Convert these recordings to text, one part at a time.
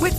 With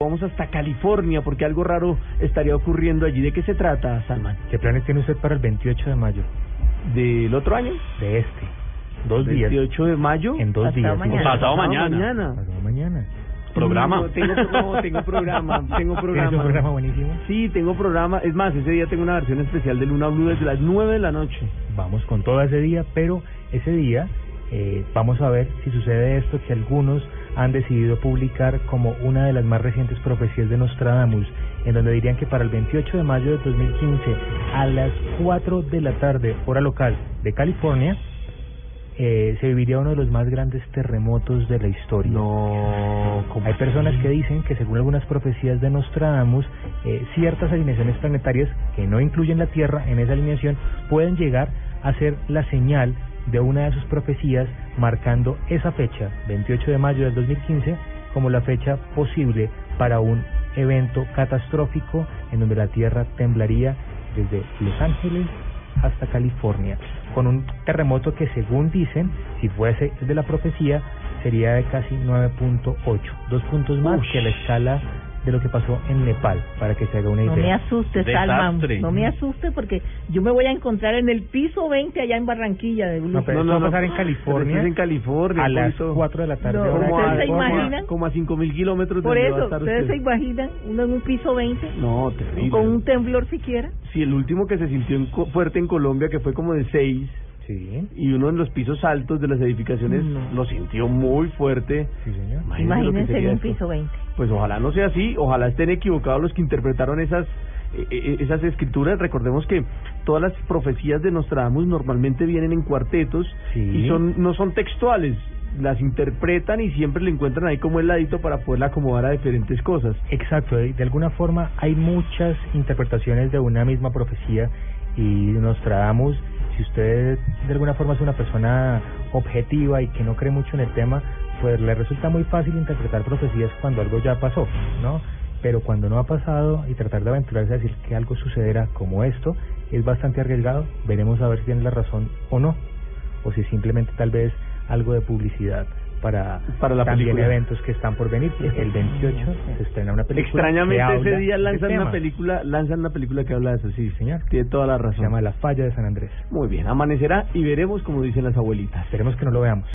Vamos hasta California porque algo raro estaría ocurriendo allí. ¿De qué se trata, Salman? ¿Qué planes tiene usted para el 28 de mayo? ¿Del otro año? De este. Dos días. 28 de mayo. En dos días. mañana. Pasado mañana. Pasado mañana. Programa. No, tengo, no, tengo programa. Tengo ¿Tienes un programa programa. buenísimo? Sí, tengo programa. Es más, ese día tengo una versión especial de Luna Blue desde las 9 de la noche. Vamos con todo ese día, pero ese día eh, vamos a ver si sucede esto que algunos han decidido publicar como una de las más recientes profecías de Nostradamus, en donde dirían que para el 28 de mayo de 2015, a las 4 de la tarde, hora local de California, eh, se viviría uno de los más grandes terremotos de la historia. No, Hay personas que dicen que según algunas profecías de Nostradamus, eh, ciertas alineaciones planetarias que no incluyen la Tierra en esa alineación pueden llegar a ser la señal de una de sus profecías marcando esa fecha, 28 de mayo del 2015, como la fecha posible para un evento catastrófico en donde la Tierra temblaría desde Los Ángeles hasta California, con un terremoto que según dicen, si fuese el de la profecía, sería de casi 9.8, dos puntos más Ush. que la escala de lo que pasó en Nepal, para que se haga una No me idea. asuste, Salman. Desastre. No me asuste porque yo me voy a encontrar en el piso 20 allá en Barranquilla. De Blue. No, pero- esto va a pasar en California. Pero esto es en California. a las Polito. 4 de la tarde. hora No, de Como a, ¿Ustedes se California. como a- imaginan? como a 5.000 kilómetros de Por donde va eso, a estar ustedes usted. se imaginan uno en un piso 20 No, terrible. con un temblor siquiera. Si el último que se sintió en Co- fuerte en Colombia, que fue como de 6, Sí, y uno en los pisos altos de las edificaciones No. lo sintió muy fuerte. sí, señor. lo que Imagínense en sería un esto. piso 20. Pues ojalá no sea así, ojalá estén equivocados los que interpretaron esas eh, eh, esas escrituras. Recordemos que todas las profecías de Nostradamus normalmente vienen en cuartetos Sí. y son no son textuales, las interpretan y siempre le encuentran ahí como el ladito para poderla acomodar a diferentes cosas. Exacto, de, de alguna forma hay muchas interpretaciones de una misma profecía y Nostradamus, si usted de alguna forma es una persona objetiva y que no cree mucho en el tema, pues le resulta muy fácil interpretar profecías cuando algo ya pasó, ¿no? Pero cuando no ha pasado y tratar de aventurarse a decir que algo sucederá como esto es bastante arriesgado, veremos a ver si tiene la razón o no, o si simplemente tal vez algo de publicidad para, Para la también película. eventos que están por venir. El 28 se estrena una Pues, película. que Extrañamente habla ese día de lanzan una tema. película, lanzan una película que habla de eso, sí, señor. Tiene toda la Se razón. llama La Falla de San Andrés. Muy bien, amanecerá y veremos como dicen las abuelitas. Esperemos que no lo veamos.